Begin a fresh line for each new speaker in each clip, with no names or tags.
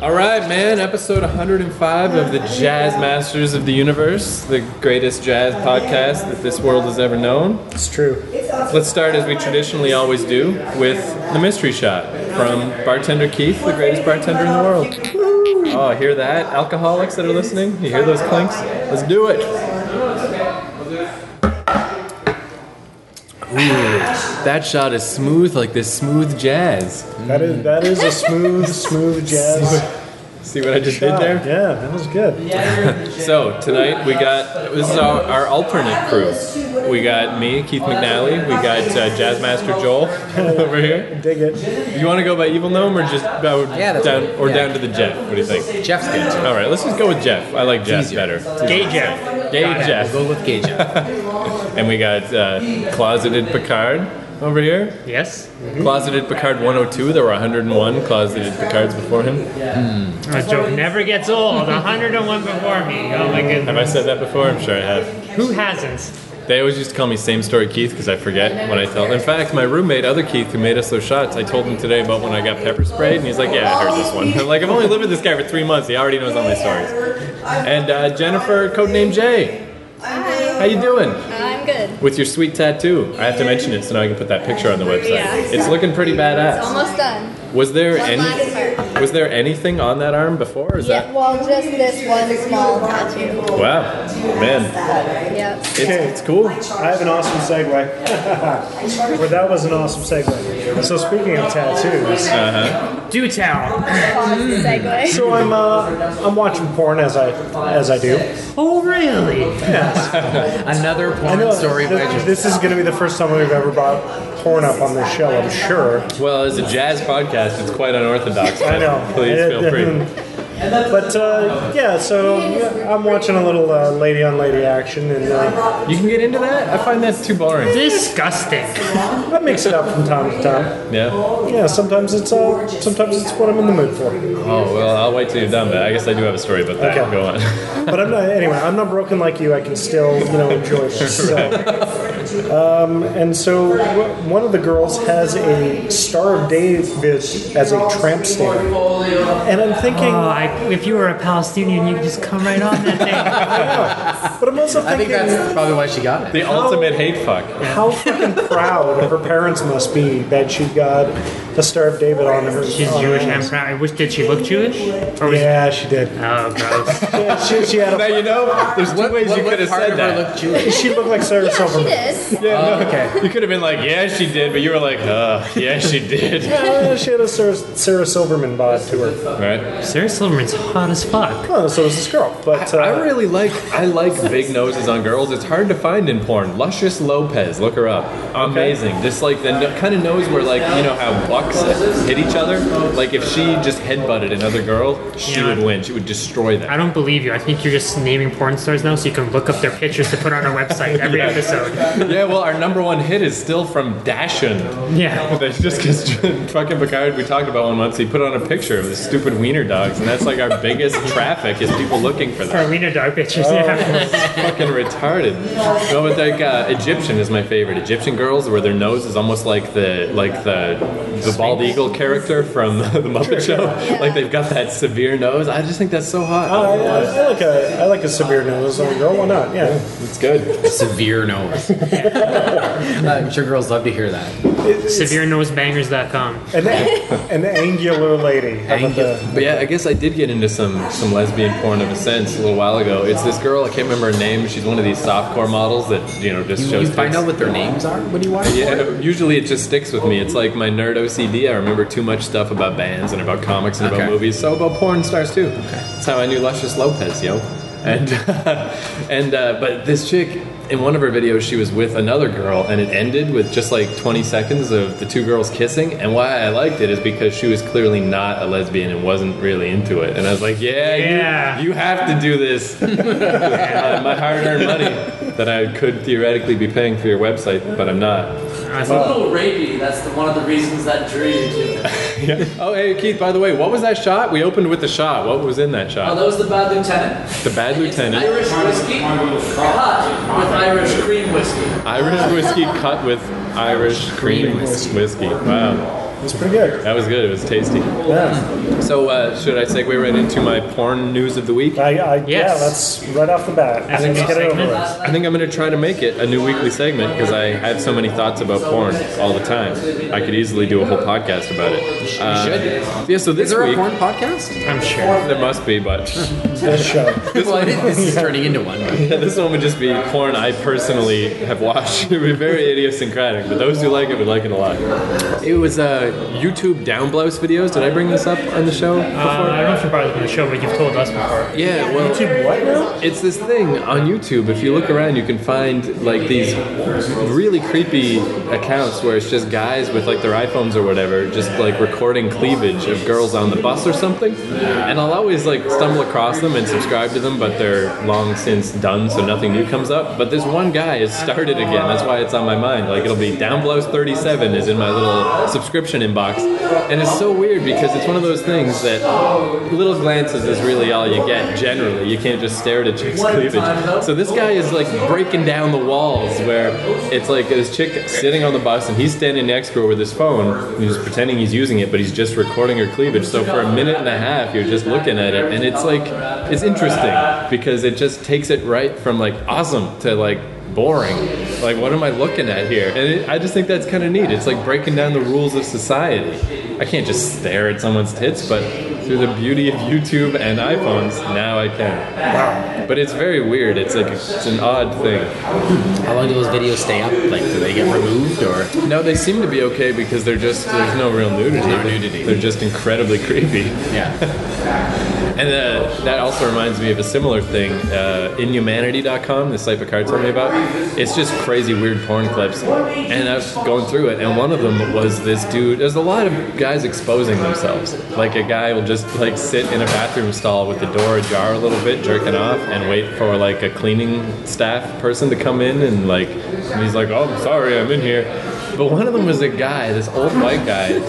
All right, man. Episode 105 of the Jazz Masters of the Universe, the greatest jazz podcast that this world has ever known.
It's true.
Let's start as we traditionally always do with the mystery shot from bartender Keith, the greatest bartender in the world. Oh, hear that? Alcoholics that are listening, you hear those clinks? Let's do it. Ooh, that shot is smooth like this smooth jazz.
That is that is a smooth, smooth jazz.
See what I just did
shot.
there?
Yeah, that was good.
So tonight we got this is our, our alternate crew. We got me, Keith McNally. We got uh, Jazzmaster Joel over here.
Dig it.
You want to go by Evil Gnome or just bow
Yeah, that's
down
fine.
or
Yeah.
down to the Jeff? What do you think?
Jeff's good.
All right, let's just go with Jeff. I like Jeff better.
Gay Jeff.
Gay Jeff.
We'll go with Gay Jeff.
And we got uh, closeted Picard over here.
Yes.
Mm-hmm.
Closeted Picard 102. There were 101 closeted Picards before him.
My joke never gets old. 101 before me. Oh my
Have I
goodness.
said that before? I'm sure I have.
Who hasn't?
They always used to call me Same Story Keith because I forget when I tell. In fact, my roommate, other Keith, who made us those shots, I told him today about when I got pepper sprayed, and he's like, "Yeah, I heard this one." I'm like, I've only lived with this guy for three months. He already knows all my stories. And uh, Jennifer, codename Jay, how you doing?
I'm good.
With your sweet tattoo. I have to mention it so now I can put that picture on the website.
Yeah.
It's looking pretty badass.
Almost done.
Was there
One
any?
last part.
Was there anything on that arm before? or Is
Yeah, well, just this one small tattoo.
that wow, man?
Yep.
It's, it's cool.
I have an awesome segue. well, that was an awesome segue. So speaking of tattoos,
Do tell.
Segue.
so I'm uh, I'm watching porn as I as I do.
Oh really?
Another
I
porn
know
story by
this,
Jeff.
this is going to be the first time we've ever brought porn up on this show. I'm sure.
Well, as a jazz podcast, it's quite unorthodox. but
I know.
Please feel free.
But uh, yeah, so yeah, I'm watching a little uh, lady on lady action, and uh,
You can get into that? I find that too boring.
Disgusting.
I mix it up from time to time.
Yeah. Oh,
Yeah, sometimes it's uh, sometimes it's what I'm in the mood for.
Oh, well, I'll wait till you're done, but I guess I do have a story about that.
Okay.
Go on.
But I'm not anyway. I'm not broken like you. I can still you know enjoy this. So. Um, and so w- one of the girls has a Star of David as a tramp stamp, and I'm thinking,
Oh, I, if you were a Palestinian, you could just come right on that
but I'm also
I think
thinking.
that's probably why she got it.
The ultimate hate fuck.
how fucking proud her parents must be that she got the Star of David on her.
thing. She's Jewish. I'm proud. I wish. Did she look Jewish? Or was,
Yeah, she did.
Oh, gross.
Yeah, she, she had
Now,
a.
you know, there's two
What,
ways
what,
you could
what
have
part
said
of her
that.
looked Jewish?
She looked like Sarah
Yeah, she
Silverman.
did.
Yeah, no, okay. You could have been like, yeah, she did, but you were like, uh, yeah, she did.
Yeah, she had a Sarah, Sarah Silverman vibe to her.
Right?
Sarah Silverman's hot as fuck.
Oh, so was this girl, but uh,
I really like I like big noses on girls. It's hard to find in porn. Luscious Lopez, look her up. Amazing. Just like the no, kind of nose where like you know how bucks hit each other. Like if she just headbutted another girl, she
Yeah.
would win. She would destroy them.
I don't believe you. I think you're just naming porn stars now, so you can look up their pictures to put on our website every episode.
Yeah, well, our number one hit is still from Dashin.
Yeah.
That's just because fucking Picard, we talked about one once, he put on a picture of the stupid wiener dogs, and that's like our biggest traffic is people looking for them.
Or Lena Dog pictures. Yeah.
fucking retarded. No, but like uh, Egyptian is my favorite. Egyptian girls where their nose is almost like the like the the bald eagle character from the Muppet Show. Like they've got that severe nose. I just think that's so hot.
I, I, I like a I like a severe nose on a girl. Why not? Yeah,
It's good.
Severe nose. I'm sure girls love to hear that.
SevereNosebangers.com.
an, an angular lady. How about the,
But yeah, I guess I did get into some some lesbian porn of a sense a little while ago. It's this girl I can't remember her name. She's one of these softcore models that you know just
You,
shows.
you find
tits.
out what their names are when you watch it?
Yeah, usually it just sticks with me. It's like my nerd OCD. I remember too much stuff about bands and about comics and about
Okay.
movies. So about porn stars too. That's how I knew Luscious Lopez, yo. And and uh, but this chick in one of her videos, she was with another girl, and it ended with just like 20 seconds of the two girls kissing. And why I liked it is because she was clearly not a lesbian and wasn't really into it. And I was like, yeah, you-
Yeah.
you have to do this uh, my hard-earned money that I could theoretically be paying for your website, but I'm not.
I
A
thought-
little rapey. That's the, one of the reasons that drew you to it.
Oh, hey Keith. By the way, what was that shot? We opened with the shot. What was in that
Oh,
shot?
that was the bad lieutenant.
The bad lieutenant,
Irish whiskey hot with Irish cream whiskey.
Irish whiskey cut with Irish cream whiskey. Wow.
It was pretty good.
That was good. It was tasty.
Yeah.
So uh, should I segue right into my porn news of the week?
I, I, Yeah,
Yes.
that's right off the bat.
As a
Let's
new
get it over
segment.
with.
I think I'm going to try to make it a new weekly segment because I have so many thoughts about porn all the time. I could easily do a whole podcast about it. Uh, yeah, so
Is
this
there a
week
porn podcast?
I'm sure.
there must be, but
This show.
well, it is, this is turning into one. but-
yeah, this one would just be porn I personally have watched. It would be very idiosyncratic, but those who like it would like it a lot. It was uh, YouTube downblouse videos. Did I bring this up on the show before?
Uh, I don't know if you're probably on the show, but you've told us before.
yeah, well,
YouTube what now?
It's this thing on YouTube. If you look around, you can find like these really creepy accounts where it's just guys with like their iPhones or whatever, just like recording cleavage of girls on the bus or something. And I'll always like stumble across them and subscribe to them, but they're long since done, so nothing new comes up. But this one guy has started again. That's why it's on my mind. Like it'll be Downblows 37 is in my little subscription inbox, and it's so weird because it's one of those things that little glances is really all you get generally. You can't just stare at a chick's cleavage. So this guy is like breaking down the walls where it's like this chick sitting on the bus and he's standing next to her with his phone. He's pretending he's using it, but he's just recording her cleavage. So for a minute and a half, you're just looking at it, and it's like it's interesting because it just takes it right from like awesome to like boring. Like, what am I looking at here? And it, I just think that's kind of neat. It's like breaking down the rules of society. I can't just stare at someone's tits, but through the beauty of YouTube and iPhones, now I can. But it's very weird. It's like it's an odd thing.
How long do those videos stay up? Like, do they get removed or?
No, they seem to be okay because they're just there's no real nudity.
No nudity.
They're just incredibly creepy.
Yeah.
And uh, that also reminds me of a similar thing. Uh, inhumanity.com, the site Picard told me about. It's just crazy, weird porn clips. And I was going through it, and one of them was this dude. There's a lot of guys exposing themselves. Like a guy will just like sit in a bathroom stall with the door ajar a little bit, jerking off, and wait for like a cleaning staff person to come in, and like, and he's like, "Oh, I'm sorry, I'm in here." But one of them was a guy, this old white guy.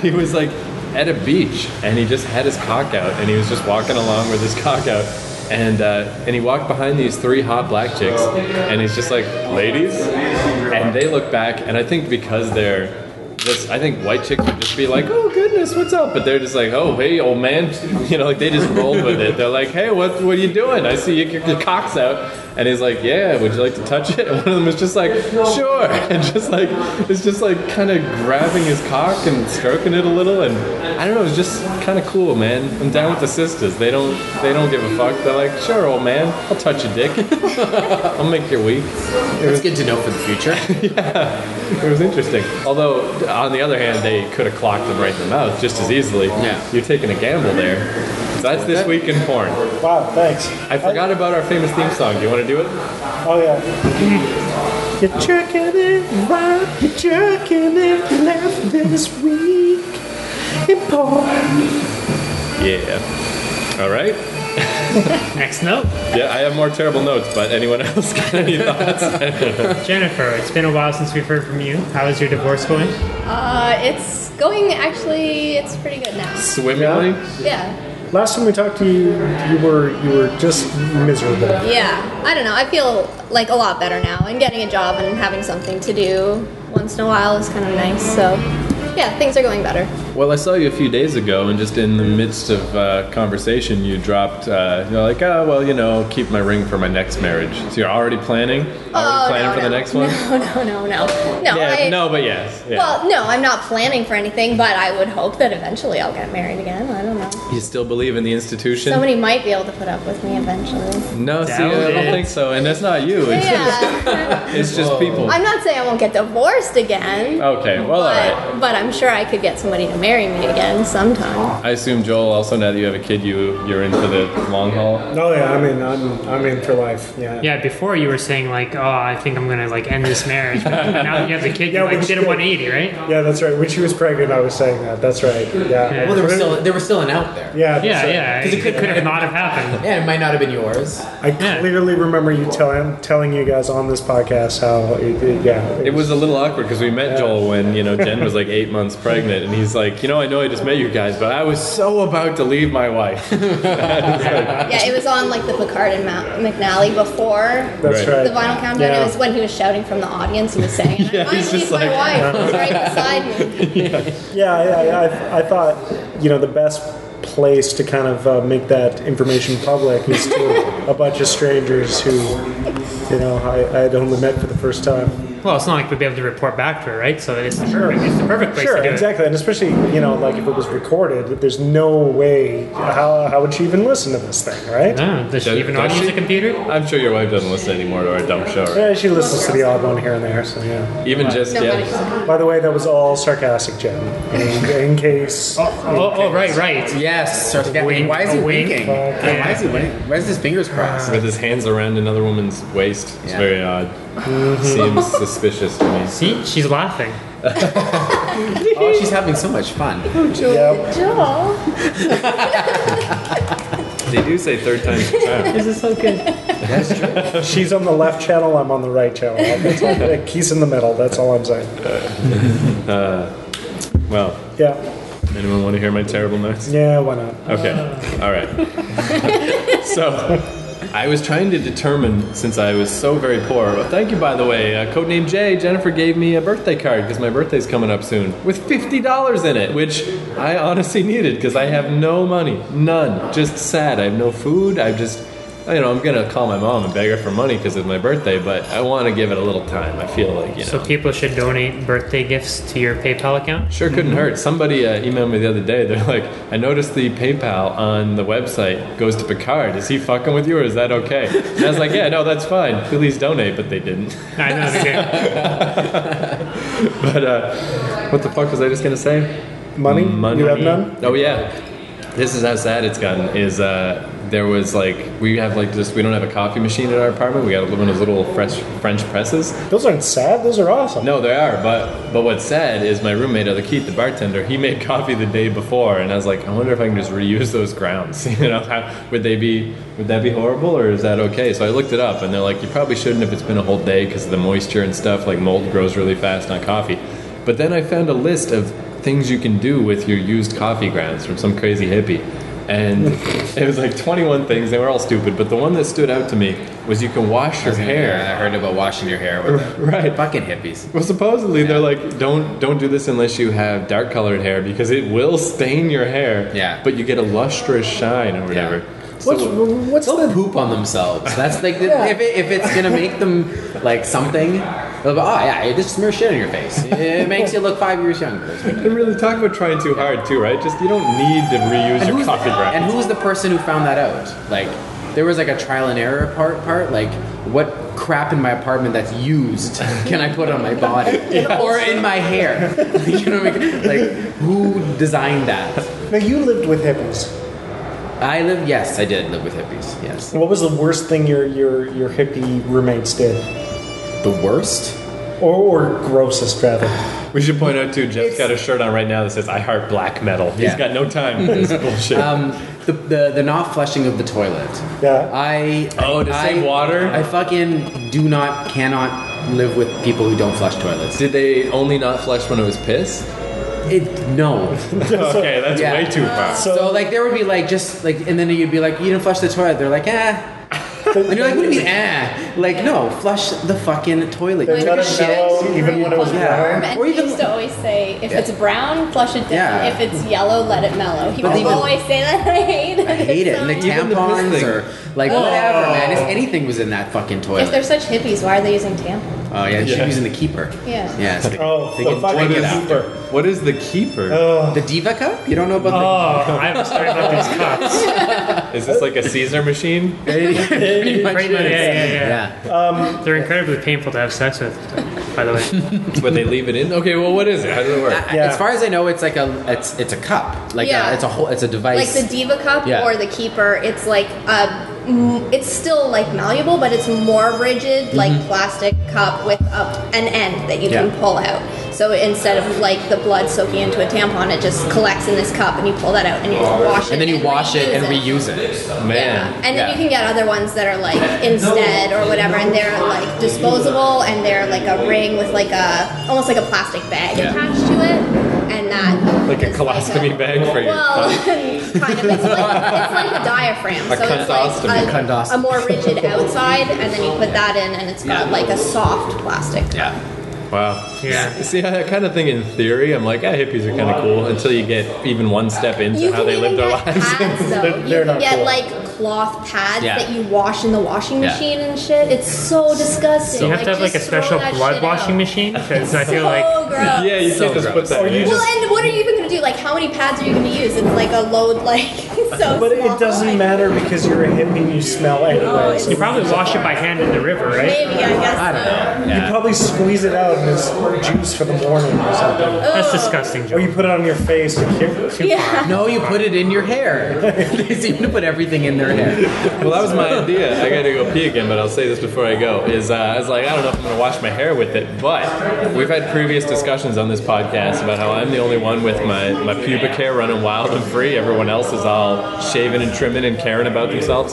he was like at a beach and he just had his cock out and he was just walking along with his cock out and uh, and he walked behind these three hot black chicks and he's just like ladies and they look back and I think because they're just, I think white chicks would just be like, "Oh goodness, what's up?" But they're just like, "Oh hey, old man," you know, like they just roll with it. They're like, "Hey, what what are you doing? I see you your, your cock's out," and he's like, "Yeah, would you like to touch it?" And one of them is just like, "Sure," and just like it's just like kind of grabbing his cock and stroking it a little, and I don't know, it's just kind of cool, man. I'm down with the sisters. They don't they don't give a fuck. They're like, "Sure, old man, I'll touch your dick. I'll make your week."
It's good to know for the future.
It was interesting. Although, on the other hand, they could have clocked them right in the mouth just as easily.
Yeah.
You're taking a gamble there. So that's this week in porn.
Wow, thanks.
I forgot about our famous theme song. Do you want to do it?
Oh, yeah. You're jerking it right, you're jerking it left this week. Important.
Yeah. All right.
Next note,
Yeah, I have more terrible notes, but anyone else got any thoughts?
Jennifer. It's been a while since we've heard from you. How is your divorce going?
Uh, it's going actually. It's pretty good now.
Swimmingly?
Yeah,
Last time we talked to you, you were you were just miserable.
yeah. I don't know. I feel like a lot better now, and getting a job and having something to do once in a while is kind of nice. So, yeah, things are going better.
Well, I saw you a few days ago, and just in the midst of uh, conversation, you dropped, uh, you're like, oh, well, you know, keep my ring for my next marriage. So you're already planning? Already planning
Oh, no,
for the
no.
next one?
No, no, no, no, no.
Yeah,
I,
no, but yes. Yeah.
Well, no, I'm not planning for anything, but I would hope that eventually I'll get married again. I don't know.
you still believe in the institution?
Somebody might be able to put up with me eventually.
No, see,
Doubt
I don't
it.
think so. And that's not you. It's,
Yeah.
it's just people.
I'm not saying I won't get divorced again.
Okay, well, Oh, all
but,
right.
but I'm sure I could get somebody to marry me again sometime.
I assume Joel. Also, now that you have a kid, you you're in for the long haul.
Oh yeah, I mean I'm I'm in for life. Yeah.
Yeah, before you were saying like, oh, I think I'm gonna like end this marriage. But now that you have the kid,
Yeah,
you like
which-
did a 180, right?
Yeah, that's right. When she was pregnant, I was saying that. That's right. Yeah.
Well, there was still there was still an out there.
Yeah. that's
Yeah,
right.
yeah.
'Cause it
It
could-
could have not have happened.
Yeah, it might not have been yours.
I clearly remember you telling telling you guys on this podcast how it, it- yeah
It was a little awkward because we met Joel when you know Jen was like eight months pregnant, and he's like like, you know, I know I just met you guys, but I was so about to leave my wife.
Yeah, it was on like the Picard and Ma- McNally before
That's
Right.
right.
the vinyl countdown.
Yeah.
It was when he was shouting from the audience. He was saying,
Yeah,
"I might
he's just
leave my
like-
wife who's right beside me."
Yeah, I, I, I, I thought you know the best place to kind of uh, make that information public is to a bunch of strangers who, you know, I, I had only met for the first time.
Well, it's not like we'd be able to report back to her, right? So it's the perfect, it's the perfect place
Sure,
to do
exactly, and especially you know like if it was recorded, there's no way how, how would she even listen to this thing,
it.
right?
Yeah, Ah, does she
Does-
even know how
does
to use
she?
a computer?
I'm sure your wife doesn't listen anymore to our dumb show. Right?
Yeah, she listens to the odd one here and there, so yeah.
Even just
Nobody.
yeah.
By the way, that was all sarcastic, Jen. In, in case.
Oh, oh, right, right.
Yes, starts again.
Wink,
why is he
a wink. Ah.
winking?
Okay.
Yeah, Why is he winking? Why is his fingers crossed?
with his hands around another woman's waist. It's
Yeah.
very odd. Seems suspicious to me.
See, she's laughing.
Oh, she's having so much fun.
Yep.
Joel.
They do say third time's a charm.
This is so good.
That's true.
She's on the left channel, I'm on the right channel. That's all- He's in the middle, that's all I'm saying.
Well,
Yeah.
anyone want to hear my terrible notes?
Yeah, why not?
Okay. All right. so, I was trying to determine since I was so very poor. Well, thank you, by the way. Uh, codename J. Jennifer gave me a birthday card because my birthday's coming up soon with fifty dollars in it, which I honestly needed because I have no money, none. Just sad. I have no food. I just. You know, I'm gonna call my mom and beg her for money because it's my birthday, but I want to give it a little time. I feel like you know.
So people should donate birthday gifts to your PayPal account.
Sure couldn't hurt. Somebody uh, emailed me the other day. They're like, I noticed the PayPal on the website goes to Picard. Is he fucking with you or is that okay? And I was like, yeah, no, that's fine. Please donate. But they didn't.
I know they did.
But uh, what the fuck was I just going to say?
Money? You have none?
Oh, yeah. This is how sad it's gotten is uh, there was like, we have like just, we don't have a coffee machine at our apartment. We got one of those little fresh French presses.
Those aren't sad, those are awesome.
No, they are, but but what's sad is my roommate, Other Keith, the bartender, he made coffee the day before, and I was like, I wonder if I can just reuse those grounds. You know, how, would they be would that be horrible or is that okay? So I looked it up, and they're like, you probably shouldn't if it's been a whole day because of the moisture and stuff. Like mold grows really fast on coffee. But then I found a list of things you can do with your used coffee grounds from some crazy hippie. And it was like 21 things. They were all stupid, but the one that stood out to me was you can wash your
Yeah,
hair.
I heard about washing your hair with it.
Right.
Fucking hippies.
Well, supposedly they're like, don't don't do this unless you have dark colored hair because it will stain your hair.
Yeah.
But you get a lustrous shine or whatever.
What's, what's
They'll
the.
poop on themselves. That's like the, if, it, if it's gonna make them like something. they'll go, Oh yeah, it just smears shit on your face. It makes you look five years younger.
And really talk about trying too hard too, right? Just you don't need to reuse your
who's the,
coffee grounds.
and who was the person who found that out? Like, there was like a trial and error part. Part like, what crap in my apartment that's used can I put on my body or in my hair? you know what I mean? Like, who designed that?
Now, you lived with hippies.
I live. Yes, I did live with hippies. Yes.
What was the worst thing your, your, your hippie roommates did?
The worst.
Or, or grossest, rather?
we should point out too, Jeff's
It's-
got a shirt on right now that says "I heart black metal." He's
Yeah.
got no time for this bullshit.
Um, the, the the not flushing of the toilet.
Yeah.
I
Oh, to
I,
save water?
I fucking do not cannot live with people who don't flush toilets.
Did they only not flush when it was piss?
It no.
okay, that's
Yeah.
way too far.
So,
So like there would be like just like and then you'd be like you didn't flush the toilet. They're like eh. And you're like, what do you mean, eh? Like, no, flush the fucking toilet. You
they
took
let
a
it
shit.
mellow even when it was
Confirm,
brown.
And
Or
he
even-
used to always say, if it's brown, flush it down.
Yeah.
If it's yellow, let it mellow. He
But
would
even-
always say that. I hate it.
I hate it. And the
It's
Even the piss
tampons
thing.
or like
Oh.
whatever, man. If anything was in that fucking
so- If they're
toilet.
such hippies, why are they using tampons?
Oh yeah, she's
Yeah.
using the keeper.
Yeah.
Yeah. so they,
Oh,
they
the
can
fucking
drink it
keeper.
after.
What is the keeper?
The diva cup? You don't know about
Oh,
the
I have a story about these cops.
is this like a Caesar machine?
pretty much
Pretty much,
is.
yeah, yeah, yeah.
yeah.
They're incredibly painful to have sex with, by the way.
but they leave it in. Okay, well, what is it? How does it work?
I-
Yeah.
As far as I know, it's like a it's it's a cup, like
Yeah.
a, it's a whole it's a
Like
device.
the Diva Cup
Yeah.
or the Keeper, it's like uh, m- it's still like malleable, but it's more rigid,
Mm-hmm.
like plastic cup with a, an end that you
Yeah.
can pull out. So instead of like the blood soaking into a tampon, it just collects in this cup, and you pull that out, and you just wash it,
and then you wash it and reuse it.
Yeah.
Man.
And then
Yeah.
you can get other ones that are like instead or whatever, and they're like disposable and they're like a ring with like a almost like a plastic bag
Yeah.
attached to it. and that
Like a
is like
colostomy bag for your
Well, kind of. It's like, it's like a diaphragm,
A
so it's
condostomy.
like a,
Condostomy.
a more rigid outside, and then you put that in, and it's got
Yeah.
like a soft plastic.
Yeah. Wow.
Yeah.
See, that kind of thing in theory, I'm like, ah, hippies are kind of cool until you get even one step into
You
how
can
they live
even
their
get
lives.
pads though.
They're-
you
they're
can
not
get
cool.
like cloth pads
Yeah.
that you wash in the washing
Yeah.
machine and shit. It's so disgusting.
Do you have to have like
just
a special
throw that
blood
shit
washing
out.
machine? Because I feel
so
like
gross.
yeah, you
So
can't just put
gross.
that.
Or
in.
you
Well,
just-
and what are you even gonna do? Like, how many pads are you gonna use? It's like a load, like so.
But
small.
it doesn't matter because you're a hippie and you smell anyway.
it's-
you probably wash it by hand in the river, right?
Maybe I guess.
I don't know.
You probably squeeze it out and it's juice for the morning or something.
That's disgusting,
Or
Joe.
you put it on your face. and you-
Too far.
No, you put it in your hair. they seem to put everything in their hair.
Well, that was my idea. I gotta go pee again, but I'll say this before I go. Is uh, I was like, I don't know if I'm gonna wash my hair with it, but we've had previous discussions on this podcast about how I'm the only one with my, my pubic hair running wild and free. Everyone else is all shaving and trimming and caring about themselves.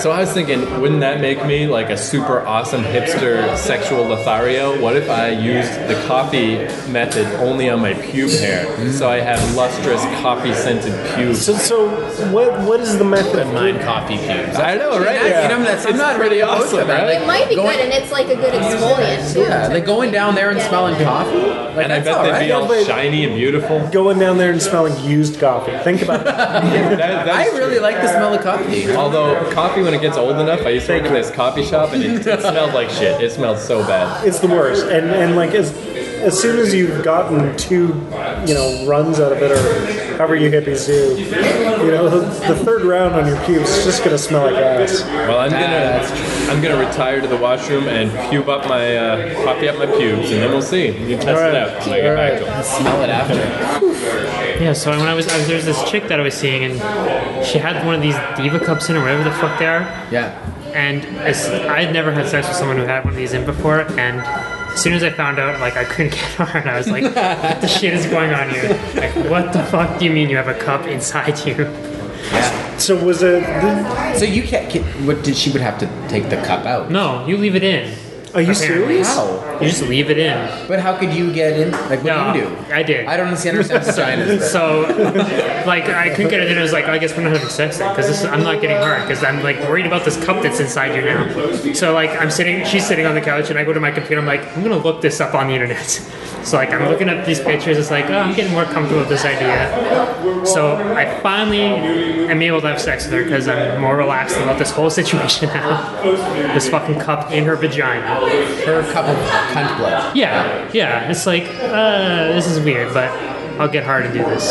So I was thinking, wouldn't that make me like a super awesome hipster sexual Lothario? What if I used the coffee method only on my pube hair? So I have lustrous coffee scented pubes.
So, so what, what is the method?
Mine coffee cubes.
I know, right?
Yeah. You know, that's, I'm not
pretty
really opposed to
awesome,
that.
right?
It might be
Going-
good, and it's like a good exfoliant too.
Yeah, like going down there and
Yeah.
smelling coffee. Like,
and I
that's
bet
all
they'd
right.
be all
Yeah, but-
shiny and beautiful.
Going down there and smelling used coffee. Think about it.
That- that's
I really
true.
like the smell of coffee.
Although coffee, when it gets old enough, I used to work in this coffee shop, and it, it smelled like shit. It smelled so bad.
It's the worst. And and like as as soon as you've gotten two, you know, runs out of it or however you hippies do, you know, the, the third round on your pubes is just gonna smell like ass.
Well, I'm
Ah,
gonna I'm gonna retire to the washroom and pube up my uh, coffee up my pubes, and then we'll see. You test
All
it
right.
out. when I get back to it.
Smell it after.
Yeah, so when I was, I was there was this chick that I was seeing, and she had one of these diva cups in or whatever the fuck they are.
Yeah.
And as, I'd never had sex with someone who had one of these in before, and as soon as I found out, like I couldn't get her, and I was like, "What the shit is going on here? Like, what the fuck do you mean you have a cup inside you?"
So was it?
So you can't. Can, what did she would have to take the cup out?
No, you leave it in.
Are you
Apparently.
serious?
How?
You just leave it in.
But how could you get in? Like what
No,
do you do?
I did.
I don't understand understand vaginas.
So, like, I couldn't get it, and I was like, I guess we're not having sex then, because I'm not getting hard, because I'm like worried about this cup that's inside you now. So, like, I'm sitting, she's sitting on the couch, and I go to my computer. I'm like, I'm gonna look this up on the internet. So, like, I'm looking up these pictures. It's like, oh, I'm getting more comfortable with this idea. So, I finally am able to have sex with her because I'm more relaxed about this whole situation now. This fucking cup in her vagina.
Her cup of cunt blood.
Yeah, yeah. It's like, uh, this is weird, but I'll get hard and do this.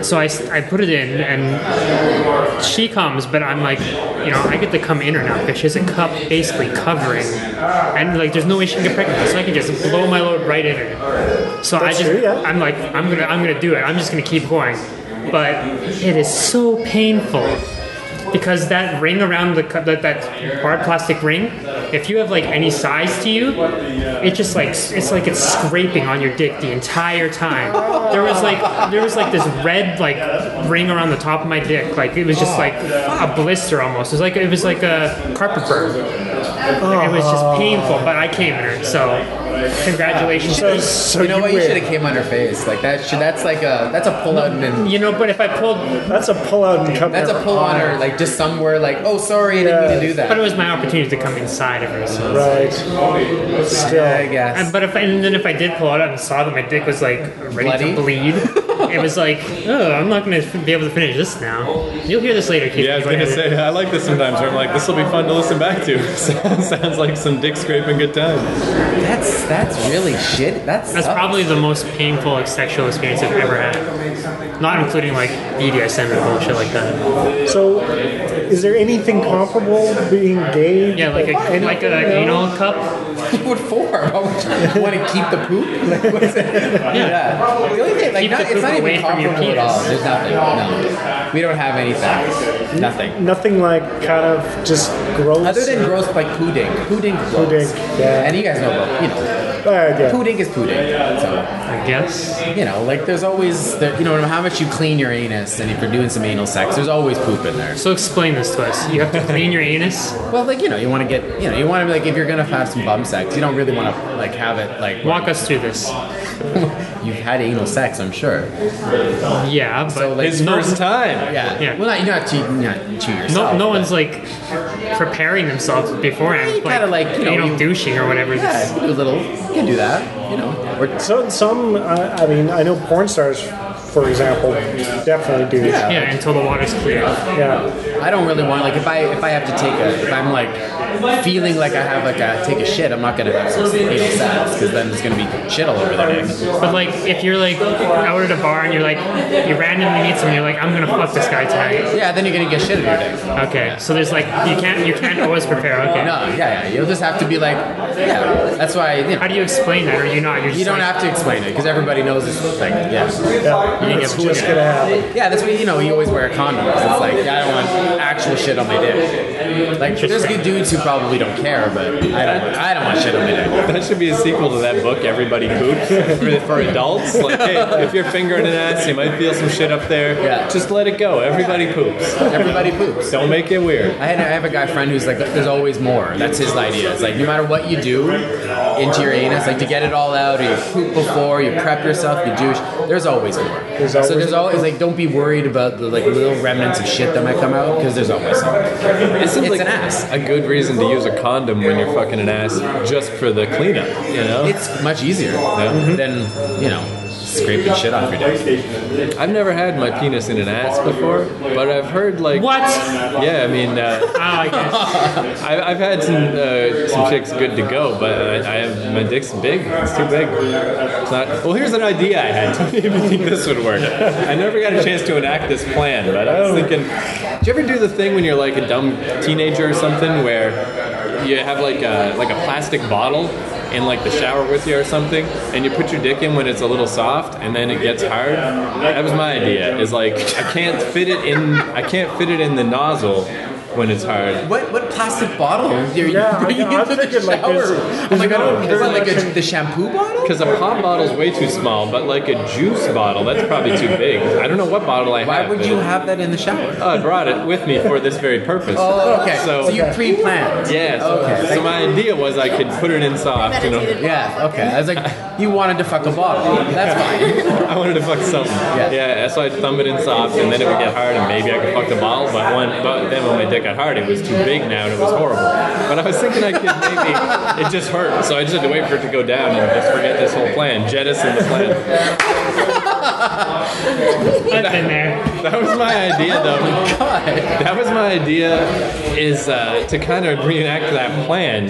So I, s- I put it in, and she comes, but I'm like, you know, I get to come in or not, because she has a cup basically covering. And, like, there's no way she can get pregnant, so I can just blow my load right in her. So I just,
true, yeah.
I'm like, I'm gonna, I'm gonna do it. I'm just gonna keep going. But it is so painful because that ring around the cu- that, that hard plastic ring if you have like any size to you it just like s- it's like it's scraping on your dick the entire time there was like there was like this red like ring around the top of my dick like it was just like a blister almost it was like it was like a carpet burn Like, it was just painful but i came in her so congratulations
So, so
you know what? You
win.
should have came on her face. Like that. Should, that's like a. That's a pull out and then.
you know but if i pulled
That's a pull out and come.
That's a pull on her. Like just somewhere. Like oh sorry, I didn't mean to do
but it
that.
was my opportunity to come inside of her so
Right. Still.
I guess.
And, but if and then if I did pull it out and saw that my dick was like ready
Bloody?
to bleed, it was like, oh, I'm not gonna be able to finish this now. You'll hear this later, Keith.
Yeah, I was gonna say I like this sometimes. Where I'm like, this will be fun to listen back to. Sounds like some dick scraping good time.
That's that's really shit. That's
That's probably the most painful sexual experience I've ever had. Not including like BDSM and bullshit like that.
So, is there anything comparable being gay?
Yeah, like a
Anything?
like a
No?
anal cup.
What for? Want to keep the poop? Like, what's it? Yeah. The only thing, like,
Keep
not,
the
it's not
poop away
even
from your
comparable at all.
penis.
There's nothing. No. We don't have anything. Nothing.
Nothing like kind of just gross.
Other than gross, like pooding. Pooding blows.
Pooding, yeah.
And you guys know about, you know,
Alright, Uh, yeah.
pooding is pooding. So,
I guess.
you know, like, there's always, the, you know, no matter how much you clean your anus and if you're doing some anal sex, there's always poop in there.
So explain this to us. You have to clean your anus.
Well, like, you know, you want to get, you know, you want to, like, if you're going to have some bum sex, you don't really want to, like, have it, like,
Walk us through this.
you've had anal sex, I'm sure.
Yeah, but
So, like,
His
no-
first time.
yeah.
Yeah.
Well, not, you're not cheating, you're not cheating yourself.
no, no
but-
one's like preparing themselves beforehand.
You kinda, like, you know,
anal
you-
douching or whatever.
Yeah, you do a little. You can do that, you know. Or
So some, uh, I mean, I know porn stars, for example, definitely do.
Yeah.
Yeah, until the water's clear.
Yeah.
I don't really want like if I if I have to take a if I'm like feeling like I have like a take a shit I'm not gonna have some anal sex because then it's gonna be shit all over their neck.
But like, if you're like out at a bar and you're like, you randomly meet someone, you're like, I'm gonna fuck this guy tonight.
Yeah, then you're gonna get shit in your dick.
Okay, so there's like, you can't, you can't always prepare. Okay,
No, yeah, yeah. You'll just have to be like, yeah. That's why you, know,
how do you explain that? Or you not? You're just
you don't
like,
have to explain it because everybody knows it's like yeah.
yeah.
You
It's
get
just gonna happen.
Yeah, that's why you know you always wear a condom. 'cause It's like yeah, I don't want actual shit on my dick. Like there's good dudes who probably don't care, but I don't. Want, I don't want shit on my dick.
That should be a sequel to that book, Everybody Poops, for, for adults. Like, hey, if you're fingering an ass, you might feel some shit up there.
Yeah.
Just let it go. Everybody poops.
Everybody poops.
Don't make it weird.
I, had, I have a guy friend who's like, there's always more. That's his idea. It's like, no matter what you do into your anus, like to get it all out, or you poop before, you prep yourself, you douche, there's always more. so there's always, like, don't be worried about the like little remnants of shit that might come out, because there's always some. It's, it's an ass.
A good reason to use a condom when you're fucking an ass just for the cleanup, you know?
It's much easier than, you know, scraping shit off your dick.
I've never had my penis in an ass before, but I've heard like
What?
Yeah, I mean, uh,
Oh, I guess.
I, I've had some uh, some chicks good to go, but I, I have my dick's big. It's too big. It's not. Well, here's an idea I had. I didn't even think this would work. I never got a chance to enact this plan, but I was thinking. Do you ever do the thing when you're like a dumb teenager or something where you have like a like a plastic bottle? In like the shower with you or something, and you put your dick in when it's a little soft, and then it gets hard. That was my idea. Is like I can't fit it in. I can't fit it in the nozzle when it's hard.
What, what plastic bottle are you
Yeah, I
bringing
know. I
into the
figured, like,
shower?
there's-
oh my god,
there's
is that like
not
a,
much-
the shampoo bottle?
Because a pop bottle's way too small, but like a juice bottle, that's probably too big. I don't know what bottle I
Why
have.
would
but-
you have that in the shower?
Oh, I brought it with me for this very purpose.
Oh, okay. So,
So-
you pre-planned.
Yeah. So,
Okay.
so my idea was I could put it in soft. You know,
Meditated.
Yeah. Okay. I was like, you wanted to fuck a bottle. That's fine.
I wanted to fuck something.
Yeah.
Yeah. so I'd thumb it in soft, and then it would get hard, and maybe I could fuck the bottle. But when, but then when my dick got hard, it was too big now, and it was horrible. But I was thinking I could maybe it just hurt, so I just had to wait for it to go down and just forget this whole plan, jettison the plan.
I've been there.
That was my idea, though. That was my idea, is uh, to kind of reenact that plan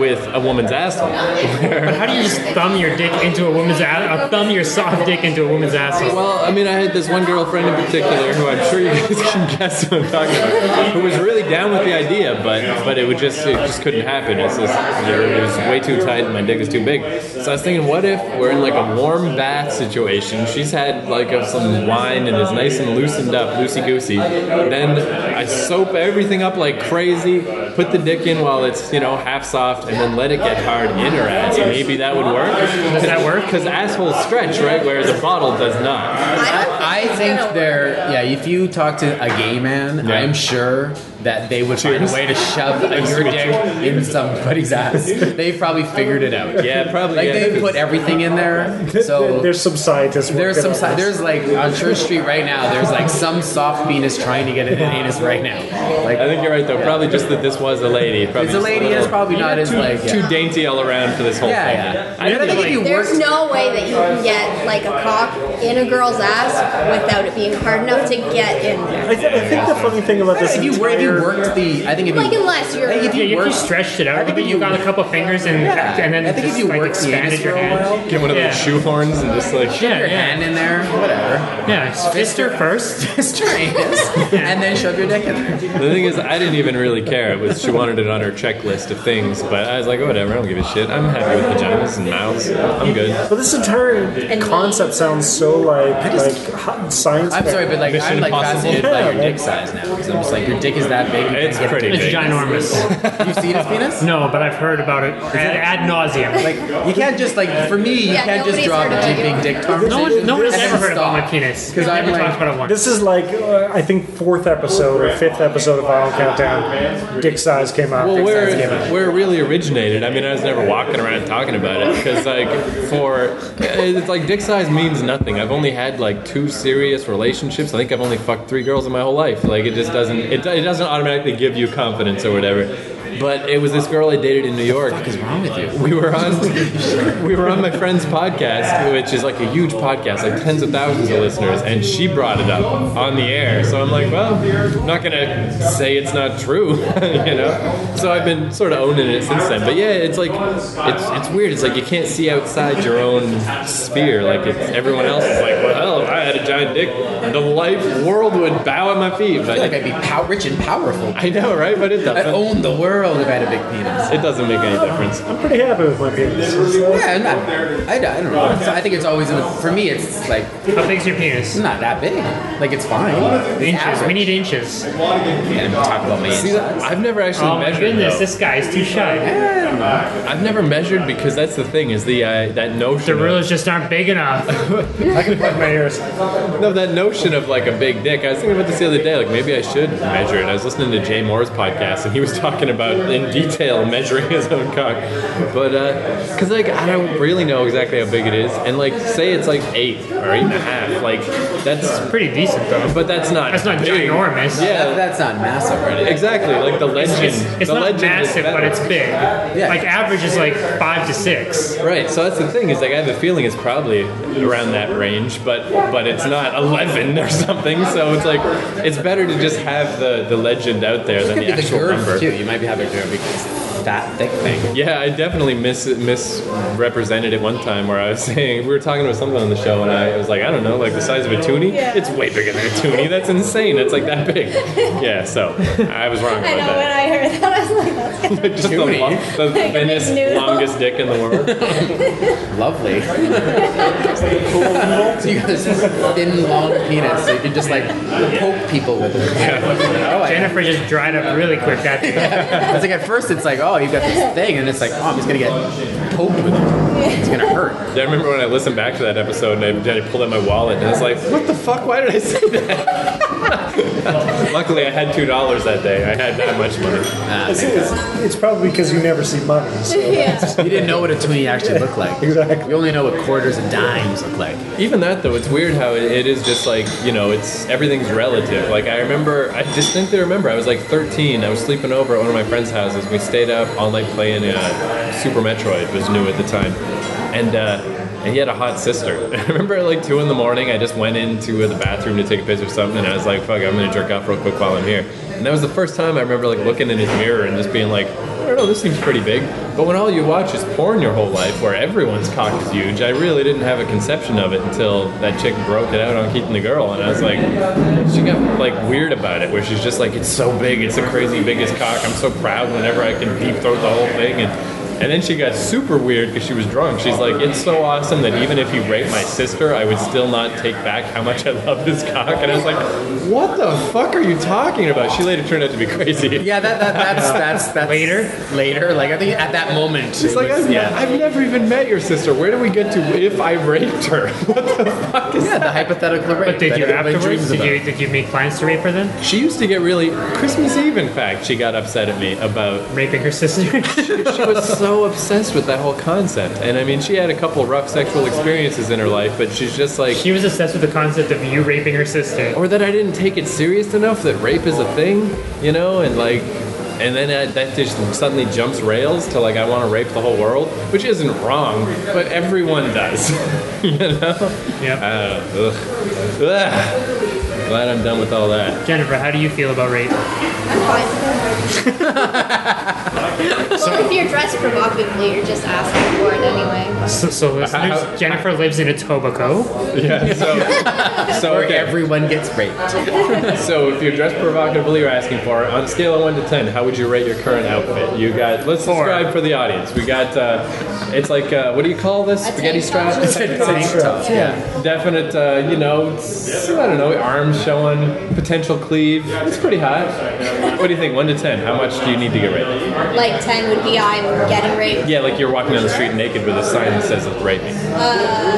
with a woman's asshole. Where,
How do you just thumb your dick into a woman's ass? Uh, thumb your soft dick into a woman's asshole?
well, I mean, I had this one girlfriend in particular who I'm sure you guys can guess who I'm talking about, who was really down with the idea, but but it would just it just couldn't happen. It's just it was way too tight, and my dick is too big. So I was thinking, what if we're in like a warm bath situation? She's had like a, some wine and is nice and loosened up, loosey goosey. Then I soap everything up like crazy, put the dick in while it's, you know, half soft, and then let it get hard in her ass. Maybe that would work. Does
that work?
Because assholes stretch, right? Where the bottle does not.
I think there. Yeah. If you talk to a gay man,
Yeah.
I'm sure that they would find
Cheers.
a way to shove your dick in somebody's ass. They probably figured it out.
Yeah, probably.
Like
yeah.
they put everything in there. So
There's some scientists.
There's
working
some
on
si-
this.
there's like on Church Street right now. There's like some soft penis trying to get an anus right now. Like
I think you're right, though. Probably just that this was a lady. Probably
it's a
just
lady.
little-
It's probably not as like yeah.
too dainty all around for this whole
Yeah,
thing.
yeah.
I
I
didn't
think if
like,
you work
There's no way that you can get like a cock in a girl's ass without it being hard enough to get in there.
I, th- I think the funny thing about this
if you were, if you
entire
worked the, I think if you,
Like unless you're
I think if
Yeah,
you
if you
worked,
stretched it out, I
think
think
if
you
you
got a couple fingers and
yeah,
and then
I think
just,
if you
like,
worked the
expanded
anus
your
for a
hand.
while,
get one of those
Yeah.
shoehorns and just like.
Yeah,
your
yeah,
hand in there, whatever,
yeah. it's Fister first.
just your anus, and then shove your dick in there.
The thing is, I didn't even really care. It was she wanted it on her checklist of things, but I was like, whatever. I don't give a shit. I'm happy with pajamas and mouths. I'm good.
But this entire concept sounds so like
just-
like hot science.
I'm sorry, but like
Mission
I'm like
Impossible.
fascinated by your
Yeah.
dick size now because I'm just like your dick is that big. you can't
It's
get
pretty
It's
big.
ginormous.
it. You've seen his penis?
No, but I've heard about it ad, ad nauseum.
Like you can't just like for me, you
Yeah,
can't just
nobody's
drop
heard
a
of
deep
it.
big dick conversation.
No one, no one has
and
ever
then
heard about
stop.
my penis.
'Cause
We've
I'm
never
like-
talked about it once.
This is like uh, I think fourth episode or fifth episode of Viral Countdown. Dick size came out.
Well,
Big
where
size game.
it, where it really originated, I mean, I was never walking around talking about it because, like, for it's like dick size means nothing. I've only had like two serious relationships. I think I've only fucked three girls in my whole life. Like, it just doesn't it, do- it doesn't automatically give you confidence or whatever. But it was this girl I dated in New York. What
is wrong with you?
we were on we were on my friend's podcast, which is like a huge podcast, like tens of thousands of listeners, and she brought it up on the air. So I'm like, well, I'm not gonna say it's not true, you know. So I've been sort of owning it since then. But yeah, it's like it's it's weird. It's like you can't see outside your own sphere. Like it's everyone else is like, well, if I had a giant dick, the life world would bow at my feet.
I feel like
But
I'd be pow- rich and powerful.
I know, right? But it
I'd
doesn't.
own the world if I had a big penis.
It doesn't make any difference.
I'm pretty happy with my penis. So,
Yeah, I'm not, I, I don't know. So I think it's always, in the- for me, it's like,
How big's your penis?
it's not that big. Like, it's fine. It's
Inches. We
average.
need inches.
Yeah, talk about my inch
See,
size.
I've never actually
Oh my
measured
goodness,
though.
this guy is too shy.
I've never measured because that's the thing is the uh, that
The
notion.
rulers just aren't big enough.
I can plug my ears.
Of, no, that notion of like a big dick. I was thinking about this the other day. Like maybe I should measure it. I was listening to Jay Moore's podcast and he was talking about in detail measuring his own cock, but because like I don't really know exactly how big it is. And like say it's like eight or eight and a half. Like that's
Pretty decent though.
but that's not
That's not
big.
ginormous.
Yeah,
That- that's not massive or anything.
exactly. Like the legend.
It's, it's
the
not
legend is
massive, but
better.
it's big. Like average is like five to six.
Right, so that's the thing is like I have a feeling it's probably around that range, but but it's not eleven or something. So it's like it's better to just have the, the legend out there
It
than
could
the
be the
actual
girth
number.
too. You might be having to because that thick thing.
Yeah, I definitely mis misrepresented it one time where I was saying we were talking about something on the show and I was like I don't know like the size of a toonie.
Yeah.
It's way bigger than a toonie. That's insane. It's like that big. Yeah, so I was wrong about
I know when
that.
I heard that, I was like, that's kind of
Just the,
Toonie?
long, the
Like a big
thinnest,
noodle.
longest dick in the world.
Lovely. so you got this thin, long penis, so you can just like poke people with it. Oh, I,
Jennifer just dried up really quick. That
it's like at first it's like, oh, you got this thing, and it's like, oh, I'm just gonna get poked with it. It's gonna hurt.
Yeah, I remember when I listened back to that episode and I, I pulled out my wallet and I was like, what the fuck? Why did I say that? Luckily, I had $2 that day. I had that much money.
Ah,
It's, it's, it's probably because you never see money. So
yeah.
you didn't know what a toonie actually looked like.
Exactly.
You only know what quarters and dimes look like.
Even that, though, it's weird how it, it is just like, you know, it's everything's relative. Like, I remember, I distinctly remember, I was like 13. I was sleeping over at one of my friend's houses. We stayed up all night playing uh, Super Metroid, was new at the time. And, uh, and he had a hot sister. I remember at like 2 in the morning, I just went into the bathroom to take a piss or something, and I was like, fuck, I'm gonna jerk off real quick while I'm here. And that was the first time I remember like looking in his mirror and just being like, I don't know, this seems pretty big. But when all you watch is porn your whole life, where everyone's cock is huge, I really didn't have a conception of it until that chick broke it out on Keith and the Girl, and I was like, she got like weird about it, where she's just like, it's so big, it's the crazy biggest cock, I'm so proud whenever I can deep throat the whole thing, and and then she got super weird because she was drunk. She's like, "It's so awesome that even if you raped my sister, I would still not take back how much I love this cock." And I was like, "What the fuck are you talking about?" She later turned out to be crazy.
Yeah, that, that that's that's that's
Later?
Later, like I think at that moment.
She's
it
like,
was-
I've,
yeah.
I've never even met your sister. Where do we get to if I raped her? What the fuck is
Yeah, the hypothetical rape.
But did
that
you
everybody
afterwards?
dreams
Did
about.
you did you make plans to rape her then?
She used to get really Christmas Eve. In fact, she got upset at me about
Raping her sister?
she was so obsessed with that whole concept. And I mean, she had a couple rough sexual experiences in her life, but she's just like,
she was obsessed with the concept of you raping her sister.
or that I didn't take it serious enough that rape is a thing, you know, and like, and then that, that just suddenly jumps rails to like I want to rape the whole world, which isn't wrong, but everyone does, you know.
Yep.
Uh, ugh. Ugh. Glad I'm done with all that.
Jennifer, how do you feel about rape?
I'm fine. well, if you're dressed provocatively, you're just asking for it anyway.
So, so listeners, Jennifer lives in a Etobicoke.
Yeah. So, so
Where
okay.
everyone gets raped.
So if you're dressed provocatively, you're asking for it. On a scale of one to ten, how would you rate your current outfit? You got. Let's
Four.
describe for the audience. We got. Uh, it's like uh, what do you call this? Spaghetti
tank top.
strap.
It's a
tank top.
Yeah. Definite. Uh, you know. s- I don't know. Arms showing. Potential cleave. It's pretty hot. What do you think? One to ten. How much do you need to get raped?
Like 10 would be I'm getting raped.
Yeah, like you're walking down the street naked with a sign that says it's raping.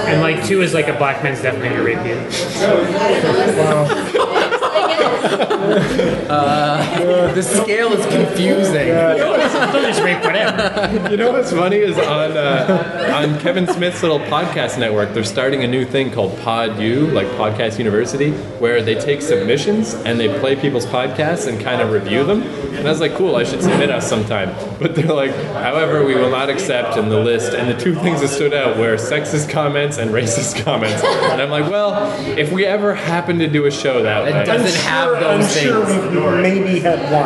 And like two is like a black man's definitely gonna rape you.
I don't know. It's like,
The scale is confusing.
They'll just rape whatever.
You know what's funny is on uh, on Kevin Smith's little podcast network, they're starting a new thing called Pod U, like Podcast University, where they take submissions and they play people's podcasts and kind of review them. And I was like, cool, I should submit us sometime. But they're like, however, we will not accept in the list. And the two things that stood out were sexist comments and racist comments. And I'm like, well, if we ever happen to do a show that way,
That doesn't have
I'm
those
sure
things.
we maybe had one.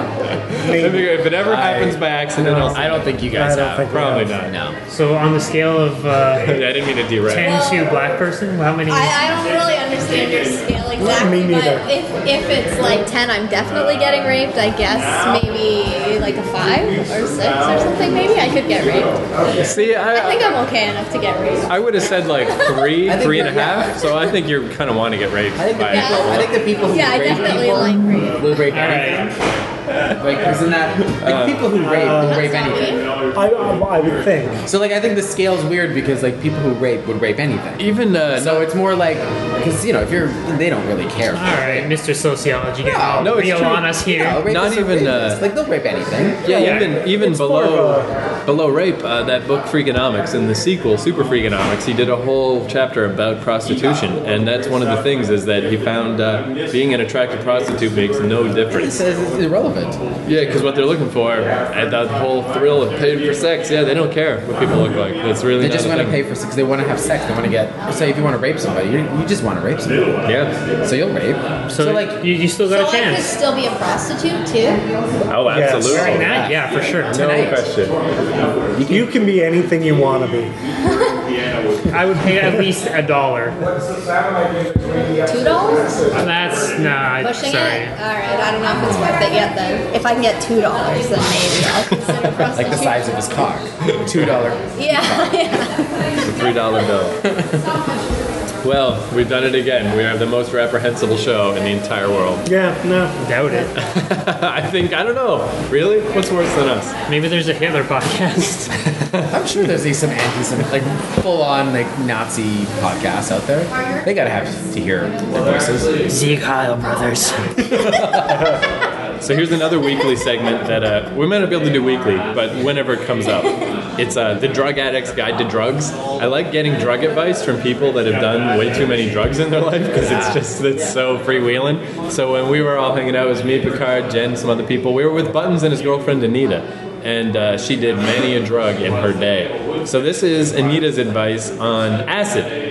Maybe.
if it ever happens by accident, I'll
I don't think you guys
I don't
have.
think we
probably
have.
not.
No.
So on the scale of
I
uh,
didn't mean to derail.
ten to black person, how many?
I, I don't really understand your scale exactly,
me neither.
but if, if it's like 10, I'm definitely getting raped. I guess maybe like a 5 or 6 or something, maybe I could get raped.
See,
I think I'm okay enough to get raped.
I would have said like three,
I think
three and a
you're- yeah.
half. So I think you kind of want to get raped
I think the
by
people. I think the people who
Yeah, I
rape
definitely
people
like rape.
will rape
All
anything.
right. Uh,
Like, isn't that like people who rape
uh,
will rape
That's not
anything?
me.
I, I would think.
So like I think the scale's weird because like people who rape would rape anything.
even uh,
So it's more like because you know if you're they don't really care.
All right, Mr. Sociology, get all
no, it's
real
true.
on us here.
No, rapists
Not
are
even,
rapists.
uh,
like they'll rape anything.
yeah,
yeah.
even even
more
below below rape, uh, that book Freakonomics and the sequel Super Freakonomics, he did a whole chapter about prostitution, and that's one of the things is that he found uh, being an attractive prostitute makes no
It
difference.
says it's irrelevant.
Yeah, because what they're looking for and that whole thrill of paid for sex, yeah, they don't care what people look like. That's really
They
not
just
a
want to
thing.
pay for sex. They want to have sex. They want to get. So if you want to rape somebody, you, you just want to rape somebody.
Yeah.
So you'll rape.
So, like you, you still
So
got a
I could
chance.
still be a prostitute too?
Oh,
Yes.
absolutely.
Right now, yeah, for sure.
No
Tonight.
question.
You can be anything you want to be.
I would pay at least a dollar.
Two dollars?
That's no. I,
Pushing it?
sorry.
Alright, I don't know if it's worth it yet then. If I can get two dollars then maybe I'll consider prostitute.
Like the size of his cock. Two dollar.
Yeah, yeah.
The three dollar bill. well, we've done it again. We have the most reprehensible show in the entire world.
Yeah, no.
Doubt it.
I think I don't know. Really, what's worse than us?
Maybe there's a Hitler podcast.
I'm sure there's these some anti-Semitic, like full-on like Nazi podcasts out there. They gotta have to hear their voices.
Zeke Heil brothers.
So here's another weekly segment that uh, we might not be able to do weekly, but whenever it comes up, it's uh, the Drug Addict's Guide to Drugs. I like getting drug advice from people that have done way too many drugs in their life because it's just it's so freewheeling. So when we were all hanging out, it was me, Picard, Jen, some other people. We were with Buttons and his girlfriend Anita. and uh, she did many a drug in her day. So this is Anita's advice on acid.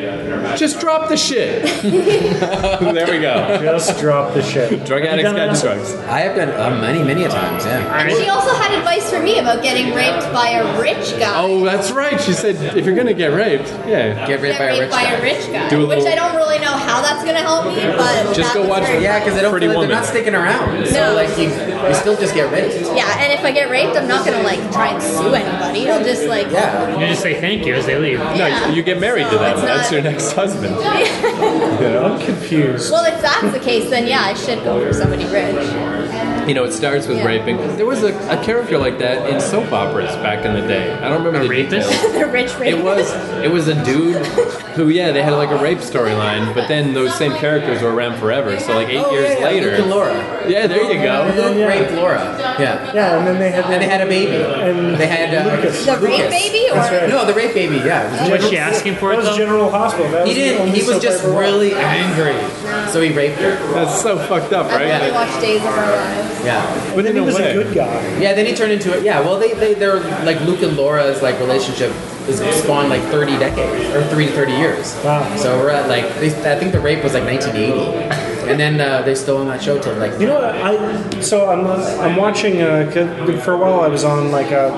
Just drop the shit. there we go.
Just drop the shit.
Drug
Have
addicts
you done
got
enough?
drugs.
I have done uh, many, many a times. Yeah.
And she also had advice for me about getting raped by a rich guy.
Oh, that's right. She said if you're gonna get raped, yeah,
Get raped
Get
by a rich
raped by a
guy.
rich guy.
Do a
Which
little-
I don't really know how that's gonna help me, but
Just
that
go
was
watch-
very
Yeah, because they don't
Pretty
feel like they're
woman.
not sticking around.
No.
So like you, you still just get raped.
Yeah, and if I get raped, I'm not gonna like try and sue anybody. I'll just like
Yeah.
You just say thank you as they leave.
no, you get married to
So
them.
it's
That's
not-
your next husband.
I'm confused.
Well, if that's the case, then yeah, I should go for somebody rich.
You know, it starts with
Yeah.
raping. There was a, a character like that in soap operas back in the day. I don't remember
A
the
rapist?
details.
the rich rich.
It was it was a dude who yeah they had like a rape storyline, but then those same characters were around forever. So like eight
Oh,
years
yeah, yeah,
later, Oh,
Luke and Laura.
Yeah, there you go.
Luke raped Laura. Yeah.
Yeah, and then they had
And they had a baby. And they had uh,
Lucas.
The rape baby, or
No, the rape baby. Yeah.
What's she asking for
That
it
was
though?
General Hospital. That
He
was the
didn't.
only
He
soap
was
I
just
ever watched.
really angry, so he raped her.
That's so fucked up,
I've
right?
only watched Days of Our Lives.
Yeah.
But
And
in
he
a
was
way,
a good guy.
Yeah. Then he turned into it. Yeah. Well, they they they're like Luke and Laura's like relationship is spawned like 30 decades or three to 30 years.
Wow.
So we're at like they, I think the rape was like 1980, and then uh, they're still on that show till like
You know what? I so I'm I'm watching uh, 'cause for a while. I was on like a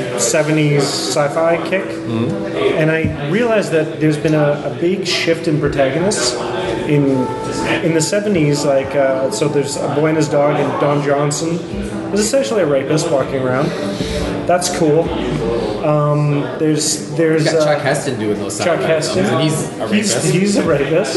'70s sci-fi kick, and I realized that there's been a, a big shift in protagonists. In in the '70s, like uh, so, there's a boy and his dog, and Don Johnson is essentially a rapist walking around. That's cool. Um, there's there's
He's got Chuck
uh,
Heston doing those
Chuck
sci-fi films,
Heston.
and he's a rapist.
He's, he's a rapist.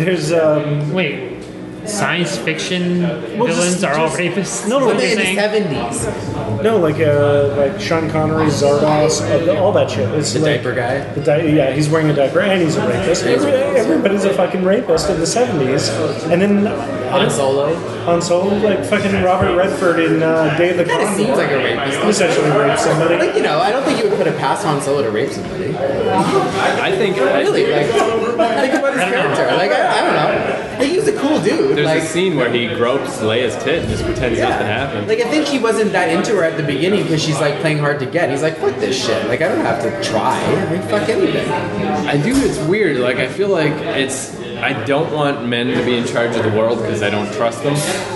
There's um,
Wait, science fiction
just-
villains are all
just-
rapists.
no, no,
Is that what
they-
you're
in the
saying?
seventies.
No, like uh, like Sean Connery, Zardos, uh, all that shit. It's
The
like,
diaper guy.
The di- yeah, he's wearing a diaper and he's a rapist. Every- everybody's a fucking rapist in the seventies. And then
Han Solo.
on Solo, like fucking Robert Redford in uh, Day of the
Kind of
Condor.
seems like a rapist.
he essentially raped somebody.
Like you know, I don't think you would put it past Han Solo to rape somebody.
I think
Really, like think about his character. Like I, I don't know. Like, he was a cool dude.
there's
like,
a scene where he gropes Leia's tit and just pretends nothing happened.
Like I think he wasn't that into her at the beginning because she's like playing hard to get. He's like, fuck this shit. Like I don't have to try. I mean, fuck anything.
I do. It's weird. Like I feel like it's. I don't want men to be in charge of the world because I don't trust them.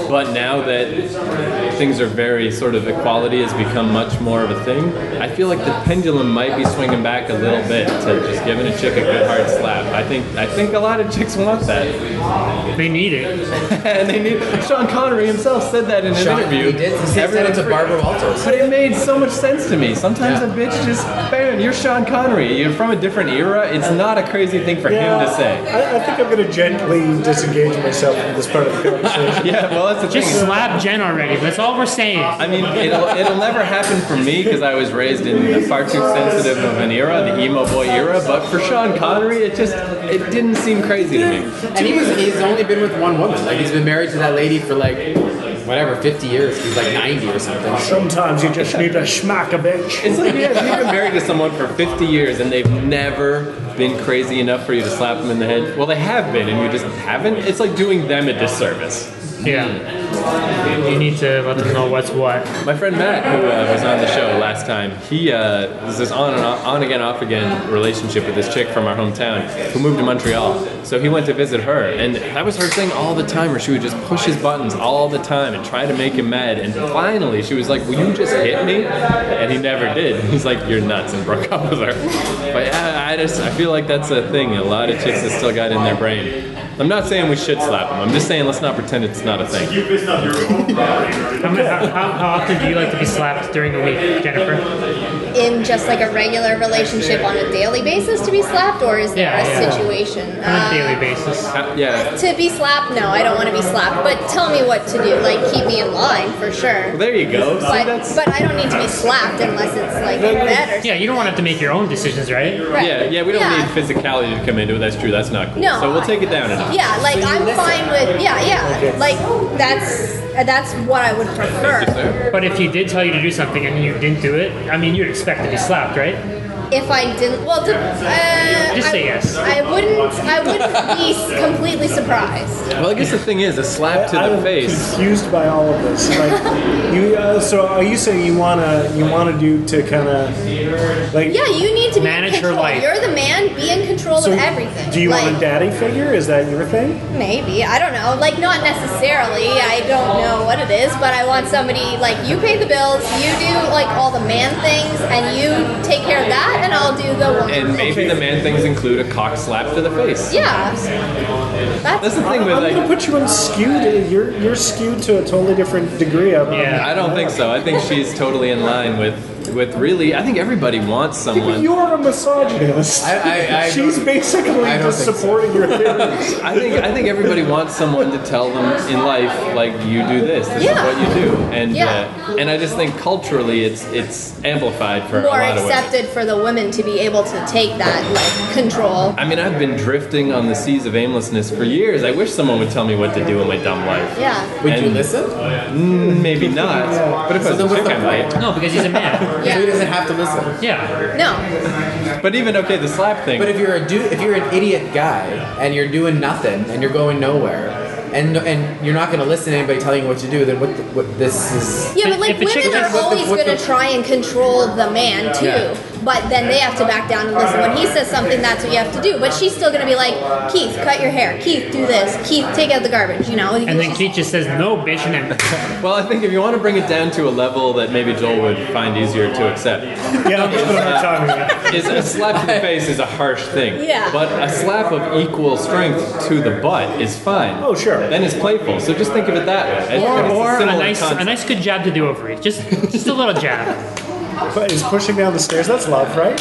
But now that things are very sort of equality has become much more of a thing, I feel like the pendulum might be swinging back a little bit to just giving a chick a good hard slap. I think I think a lot of chicks want that,
They need it.
and they need. Sean Connery himself said that in an
Sean,
interview.
he did. He said
Everyone's
it to
free.
Barbara Walters.
But it made so much sense to me. Sometimes
Yeah.
a bitch just, man, you're Sean Connery. You're from a different era. It's not a crazy thing for
Yeah,
him to say.
I, I think I'm gonna gently disengage myself from this part of the conversation.
Yeah, well, that's the
Just
thing.
slap Jen already. That's all we're saying.
I mean, it'll, it'll never happen for me because I was raised in the far too sensitive of an era, the emo boy era. But for Sean Connery, it just it didn't seem crazy to me.
And he was he's only been with one woman. Like he's been married to that lady for like whatever, fifty years. He's like ninety or something.
Sometimes you just need to smack a bitch.
It's like yeah, if you've been married to someone for 50 years and they've never been crazy enough for you to slap them in the head. Well, they have been, and you just haven't. It's like doing them a disservice.
Yeah. You need to let them know what's what.
My friend Matt, who uh, was on the show last time, he uh, was this on and off, on again, off again relationship with this chick from our hometown who moved to Montreal. So he went to visit her, and that was her thing all the time, where she would just push his buttons all the time and try to make him mad. And finally, she was like, "Will you just hit me?" And he never did. He's like, "You're nuts," and broke up with her. But yeah, I just I feel like that's a thing. A lot of chicks have still got in their brain. I'm not saying we should slap him. I'm just saying let's not pretend it's not a thing.
How, many- how, how, how often do you like to be slapped during the week, Jennifer?
in just like a regular relationship on a daily basis to be slapped, or is there
Yeah,
a
yeah.
situation?
On a
Uh,
daily basis.
Uh, Yeah,
to be slapped? No, I don't want to be slapped. But tell me what to do. Like keep me in line for sure.
There you go. See,
But
that's-
but I don't need to be slapped unless it's like in bed or
Yeah, you don't want to have to make your own decisions, right?
Right.
Yeah, yeah, we don't
Yeah.
need physicality to come into it. That's true. That's not cool.
No.
So we'll take it down a notch.
Yeah, like I'm fine with yeah, yeah. Like that's that's what I would prefer.
But if he did tell you to do something and you didn't do it, I mean, you'd expect to be slapped, right?
If I didn't, well, to, uh,
Just
I-
say yes.
I wouldn't. I wouldn't be s- completely surprised.
Well, I guess the thing is, a slap to
I'm
the face.
confused by all of this. Like, you, uh, so are you saying you wanna you wanna do to kind of like?
Yeah, you need to be
Manage
in
her
control.
life.
You're the man. Be in control
So
of everything.
Do you
like,
want a daddy figure? Is that your thing?
Maybe I don't know. Like not necessarily. I don't know what it is, but I want somebody like you pay the bills, you do like all the man things, and you take care of that, and I'll do the woman.
And maybe the man things include a cock slap to the face.
Yeah.
That's
That's
the thing with
I'm gonna
like.
put you on skewed. You're you're skewed to a totally different degree. I'm,
Yeah.
I don't think so. I think she's totally in line with with really. I think everybody wants someone.
You're a misogynist.
I- I- I
She's
don't-
basically
I don't
just
think so.
supporting your theories.
I think I think everybody wants someone to tell them in life like you do this, this
Yeah.
is what you do, and
Yeah.
uh, and I just think culturally it's it's amplified for a
more
lot of women.
accepted for the women to be able to take that like control.
I mean, I've been drifting on the seas of aimlessness for years. I wish someone would tell me what to do in my dumb life.
Yeah.
Would you
And-
listen?
Mm, maybe not. But if I was
then
a
what's
chick,
the
I might.
No, because he's a man.
So he
Yeah.
doesn't have to listen.
Yeah.
No.
But even okay, the slap thing.
But if you're a dude, if you're an idiot guy and you're doing nothing and you're going nowhere and and you're not going to listen to anybody telling you what to do, then what, the, what this is.
Yeah, but like
If a chick
women
does
are
what the-
always
what
going to
the-
try and control the man too.
Yeah.
But then they have to back down and listen. When he says something, that's what you have to do. But she's still going to be like, Keith, cut your hair. Keith, do this. Keith, take out the garbage. You know.
And then Keith just says, no, bitch, and then
well, I think if you want to bring it down to a level that maybe Joel would find easier to accept,
Yeah, I'm just putting my tongue in it.
is a slap to the face is a harsh thing.
Yeah.
But a slap of equal strength to the butt is fine.
Oh, sure.
Then it's playful. So just think of it that way. I
Or,
think it's
or a
similar
nice, a
concept.
nice good jab to the ovary. Just, just a little jab.
But is pushing down the stairs, that's love, right?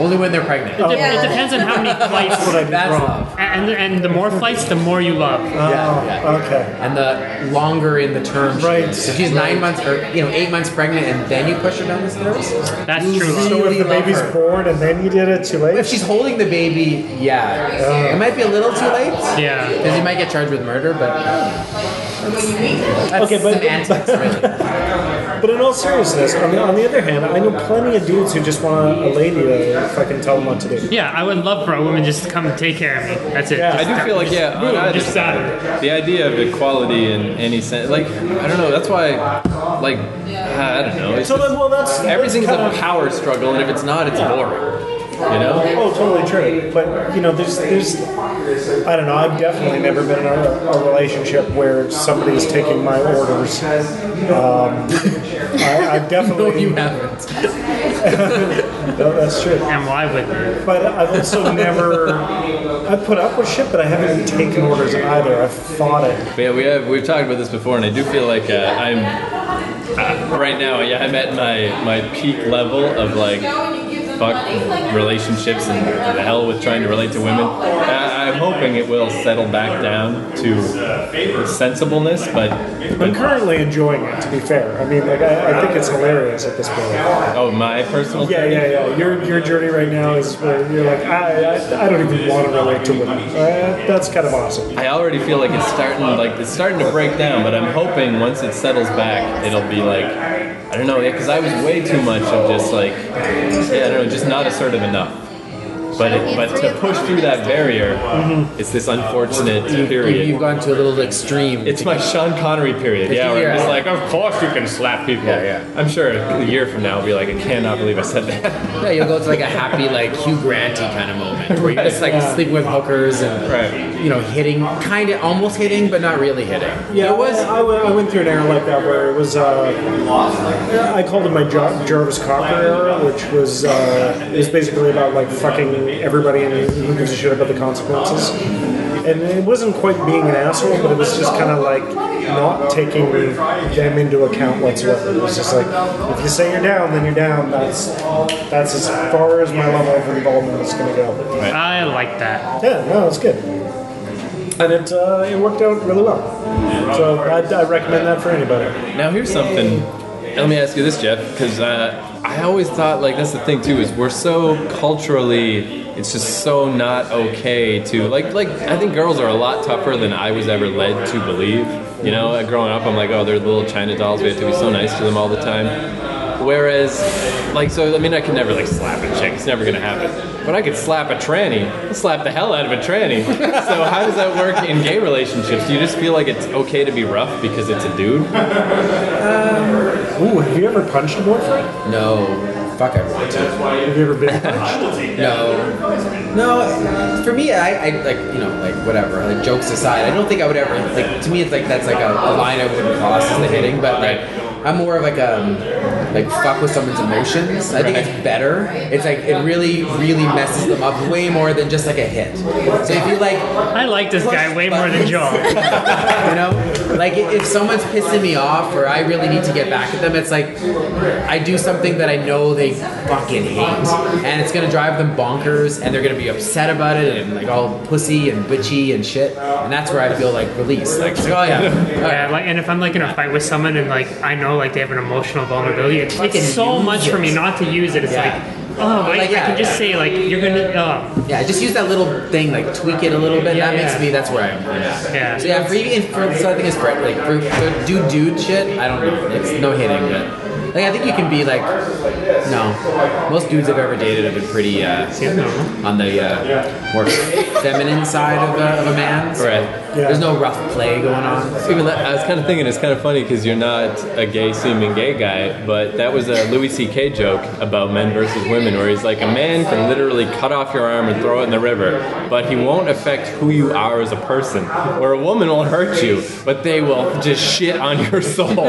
Only when they're pregnant.
It, de-
Yeah.
it depends on how many flights.
That's what I did
That's
wrong.
love.
And, and the more flights, the more you love.
Oh,
Yeah, yeah.
okay.
And the longer in the term, she
Right.
is. So she's nine months or you know eight months pregnant, and then you push her down the stairs.
That's
You
true love.
really
So if the
love
baby's
her.
born and then you did it too
If
late?
she's holding the baby, yeah, it might be a little too late.
Yeah.
Because you might get charged with murder, but that's
Okay, but-
semantics, really.
But in all seriousness, on the, on the other hand, I know plenty of dudes who just want a lady to fucking tell them what to do.
Yeah, I would love for a woman just to come and take care of me. That's it.
Yeah.
I
Just-
do feel like yeah, on
boom,
either
just that.
side, the idea of equality in any sense, like I don't know. That's why, like I don't know. It's
So then, well, that's that's
everything's
kind
a
of-
power struggle, and if it's not, it's boring. You know?
Oh, totally true. But you know, there's there's I don't know. I've definitely never been in a, a relationship where somebody's taking my orders. Um, I, I've
No,
definitely
you haven't.
no, that's true.
And why would you?
But I've also never I've put up with shit, but I haven't taken orders either. I've fought it.
But yeah, we have we've talked about this before, and I do feel like uh, I'm uh, right now. Yeah, I'm at my my peak level of like fuck relationships and the hell with trying to relate to women. I, I'm hoping it will settle back down to sensibleness, but,
I'm
but
currently enjoying it. To be fair, I mean, like I, I think it's hilarious at this point.
oh, my personal
Yeah, yeah, yeah. Your your journey right now is where you're like, I I, I don't even want to relate to women. Uh, that's kind of awesome.
I already feel like it's starting like it's starting to break down, but I'm hoping once it settles back, it'll be like I don't know, because I was way too much of just like yeah, I don't know, just not assertive enough. But it, but to push through that barrier, it's this unfortunate
You've
period.
gone to a little extreme.
It's my Sean Connery period, yeah. Where I'm just like, of course you can slap people.
Yeah, yeah.
I'm sure a year from now, I'll be like, I cannot believe I said that.
yeah, you'll go to like a happy, like Hugh Granty kind of moment where you're just like sleeping with hookers and
Right.
you know hitting, kind of almost hitting, but not really hitting.
Yeah, it was. I went, I went through an era like that where it was. Uh, I called it my Jar- Jarvis Cocker era, which was uh, it was basically about like fucking everybody and who gives a shit about the consequences. And it wasn't quite being an asshole, but it was just kind of like not taking them into account whatsoever. It was just like if you say you're down, then you're down. That's that's as far as my level of involvement is going to go.
I like that.
Yeah, no, it's good. And it, uh, it worked out really well. So I, I recommend that for anybody.
Now here's something. Let me ask you this, Jeff, because uh, I always thought like that's the thing too is we're so culturally, it's just so not okay to like like I think girls are a lot tougher than I was ever led to believe. You know, uh, growing up, I'm like, oh, they're little China dolls. We have to be so nice to them all the time. Whereas, like, so I mean, I could never like slap a chick. It's never gonna happen. But I could slap a tranny. I'll slap the hell out of a tranny. so how does that work in gay relationships? Do you just feel like it's okay to be rough because it's a dude?
Ooh, have you ever punched a boyfriend?
No, fuck, I want to.
Have you ever been punched?
No, no. For me, I, I like you know like whatever. Like jokes aside, I don't think I would ever like. To me, it's like that's like a, a line I wouldn't cross is the hitting. But like, I'm more of like um like fuck with someone's emotions. I think it's better. It's like it really really messes them up way more than just like a hit. So if you like
I like this guy way more than Joel.
you know, like i- if someone's pissing me off or I really need to get back at them, it's like I do something that I know they fucking hate, and it's gonna drive them bonkers, and they're gonna be upset about it, and like all pussy and bitchy and shit, and that's where I feel like released. Like, it's like, oh yeah, all
Yeah,
right.
like, and if I'm like in a fight with someone and like I know like they have an emotional vulnerability, it
Fucking
takes so
use
much for
it.
me not to use it. It's
Yeah.
like, oh, I,
Like,
I
yeah,
can just say like you're gonna, oh,
yeah, just use that little thing, like tweak it a little bit.
Yeah,
that makes
yeah.
me. That's where I am.
Yeah.
So yeah, for even for so I think it's for like for, for do dude shit. I don't know. It's no hitting, but like I think you can be like no. Most dudes I've ever dated have been pretty uh, on the uh, more feminine side of a, of a man. so
Right.
There's no rough play going on.
Even that- I was kind of thinking it's kind of funny because you're not a gay seeming gay guy, but that was a Louis C.K. joke about men versus women, where he's like, a man can literally cut off your arm and throw it in the river, but he won't affect who you are as a person. Or a woman won't hurt you, but they will just shit on your soul.
Eh,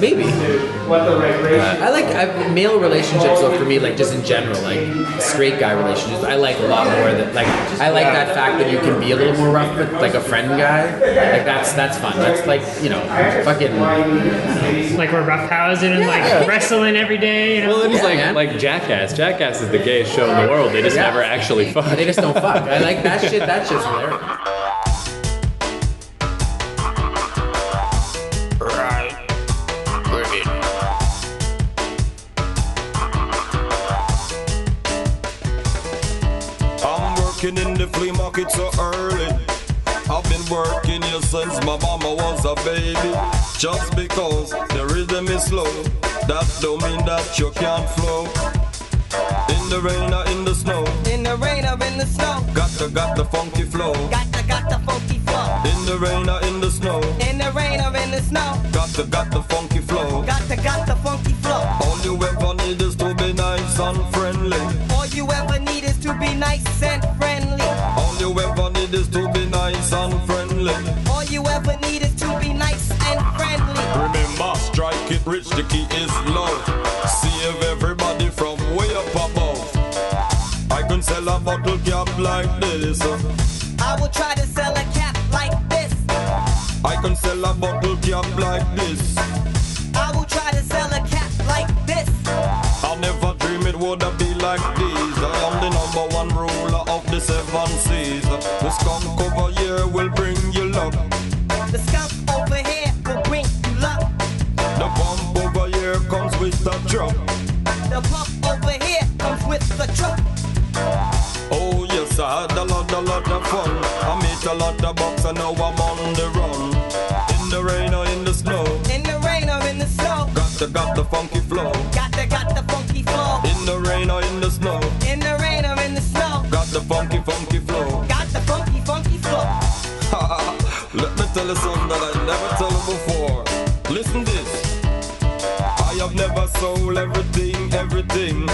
maybe. I like I, male relationships, though, for me, like just in general, like straight guy relationships, I like a lot more. That like I like that fact that you can be a little more rough with like a friend guy. Like that's that's fun. That's like you know, fucking.
Like we're roughhousing and like wrestling every day. You know?
Well, it was
Yeah,
like
man.
like Jackass. Jackass is the gayest show in the world. They just
Yeah.
never actually fuck.
They just don't fuck. I like that shit. That shit's hilarious.
I'm working in the flea market so early. I've been working here since my mama was a baby. Just because the rhythm is slow, that don't mean that you can't flow. In the rain or in the snow,
In the rain or in the snow.
got the got the funky flow.
Got the got the funky flow.
In the rain or in the snow,
In the rain or in the snow.
got the got the funky flow.
Got the got the funky flow.
All you ever need is to be nice and friendly.
All you ever need is to be nice and friendly.
All you ever need is to be nice and friendly.
All you ever need is to be nice and friendly.
Remember, strike it rich, the key is love. Save everybody from way up above. I can sell a bottle cap like this.
I will try to sell a cap like this.
I can sell a bottle cap like this.
I will try to sell a cap like this.
I never dream it would be like this. I am the number one ruler of the seven seas. This skunk over here will bring you luck.
The skunk over here will bring you luck.
The pump over here comes with a drop.
The pump over here comes with the truck.
Oh yes, I had a lot, a lot of fun. I made a lot of bucks and now I'm on the run. In the rain or in the snow,
In the rain or in the snow.
got the got the funky flow.
Got the got the funky flow.
In the rain or in the snow,
In the rain or in the snow.
got the funky funky flow.
Got the funky funky flow.
Let me tell you something that I never told you before. Listen this. I have never sold everything, everything.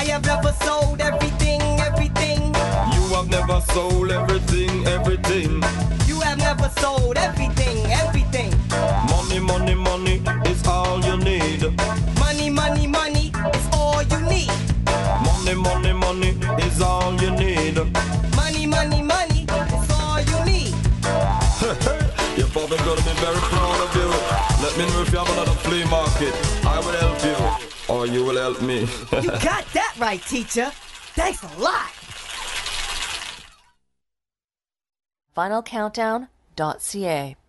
I have never sold everything, everything.
You have never sold everything, everything.
You have never sold everything, everything.
Money, money, money is all you need.
Money, money, money is all you need.
Money, money, money is all you need.
Money, money, money is all you need.
Your father gonna be very proud of you. Let me know if you have another flea market. I will help you, or you will help me.
You got that right, teacher. Thanks a lot.
finalcountdown.ca.